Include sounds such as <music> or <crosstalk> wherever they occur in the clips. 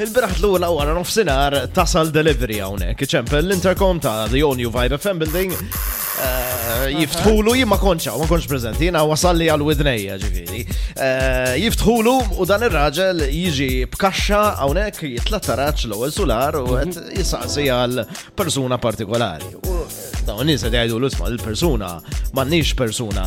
Il-biraħt l-ula għara nofsinar tasal delivery għawnek. ċempel l-intercom ta' The All New Vibe FM Building eh, jiftħulu jien ma konċa, ma konċ prezenti, jina wasalli għal-widnejja ġifiri. Eh, Jiftħulu u dan ir-raġel jiġi bkaxxa għawnek jitla taraċ l-ewwel solar u għed jisaqsi għal persuna partikolari. U eh, dawn nies qed jgħidu l-isma' l-persuna m'għandniex persuna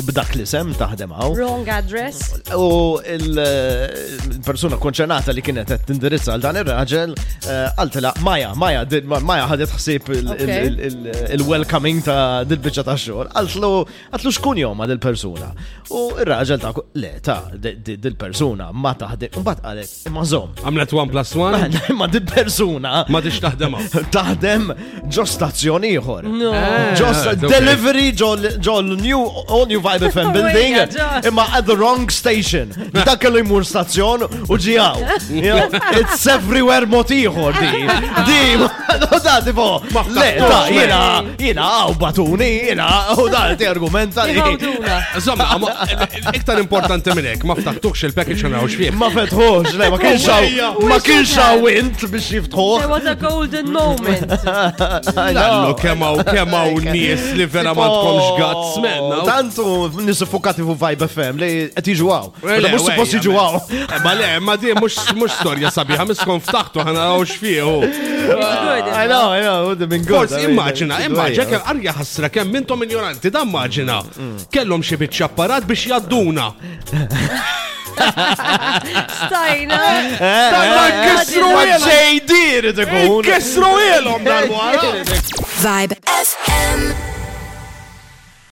b'dak li sem taħdem hawn. Wrong address. <laughs> U il-persuna konċernata li kienet qed tindirizza għal dan ir-raġel eh, għaltela Maja, Maja, di- ma- Maja ħadet ħsieb il- il- Okay. il- il- il-welcoming ta' dil-biċċa ta' xogħol. Għaltlu għaltlu xkun jom ma' dil-persuna. U ir-raġel ta' le ta' di- di- dil-persuna ma taħdem. Imbagħad qalet imma żomm. <laughs> Għamlet 1 plus 1, Ma dil-persuna ma tix taħdema. taħdem ġo stazzjoni ieħor. Eh, Ġo sta- okay. delivery ġo ġo l-new all new Vibe FM Wejja, building ġo. imma at the wrong station. Dak kellu jmur stazzjon u ġijaw. It's everywhere mot ieħor di. Di, no, da tipo. Le, da, ftaħtux, jina, jina, għaw batuni, jina, u da, ti argumenta li. Iħawduna. Insomma, ma- l- iktar importanti minn hekk, ma ftaħtux il-package għana xfie. Ma fetħux, le, ma kienx hawn- ma kienx hawn int biex There jiftħuħ. was a golden <laughs> moment. I know. Allu kemaw, kemaw nies li vera ma tkomx guts, menna. Tantu nisifukati fu Vibe FM li qed jiġu għaw. Le, Mhux suppost wejja, jiġu għaw. Eh, Ma le, ma di mux mux storja sabiħa, miskon ftaħtu ħana għaw xfieħu. It's good. I know, I know, the min good. Forsi immaġina, immaġina, kem arja ħasra, kem mintom ignoranti, da immaġina. Mm. Kellom xie bitċa apparat biex jadduna. Eh, Stajna. Tanna kissru nkissru Ma jelom! ġejdir ikun. Kissru jelom dal-wara! Vibe FM.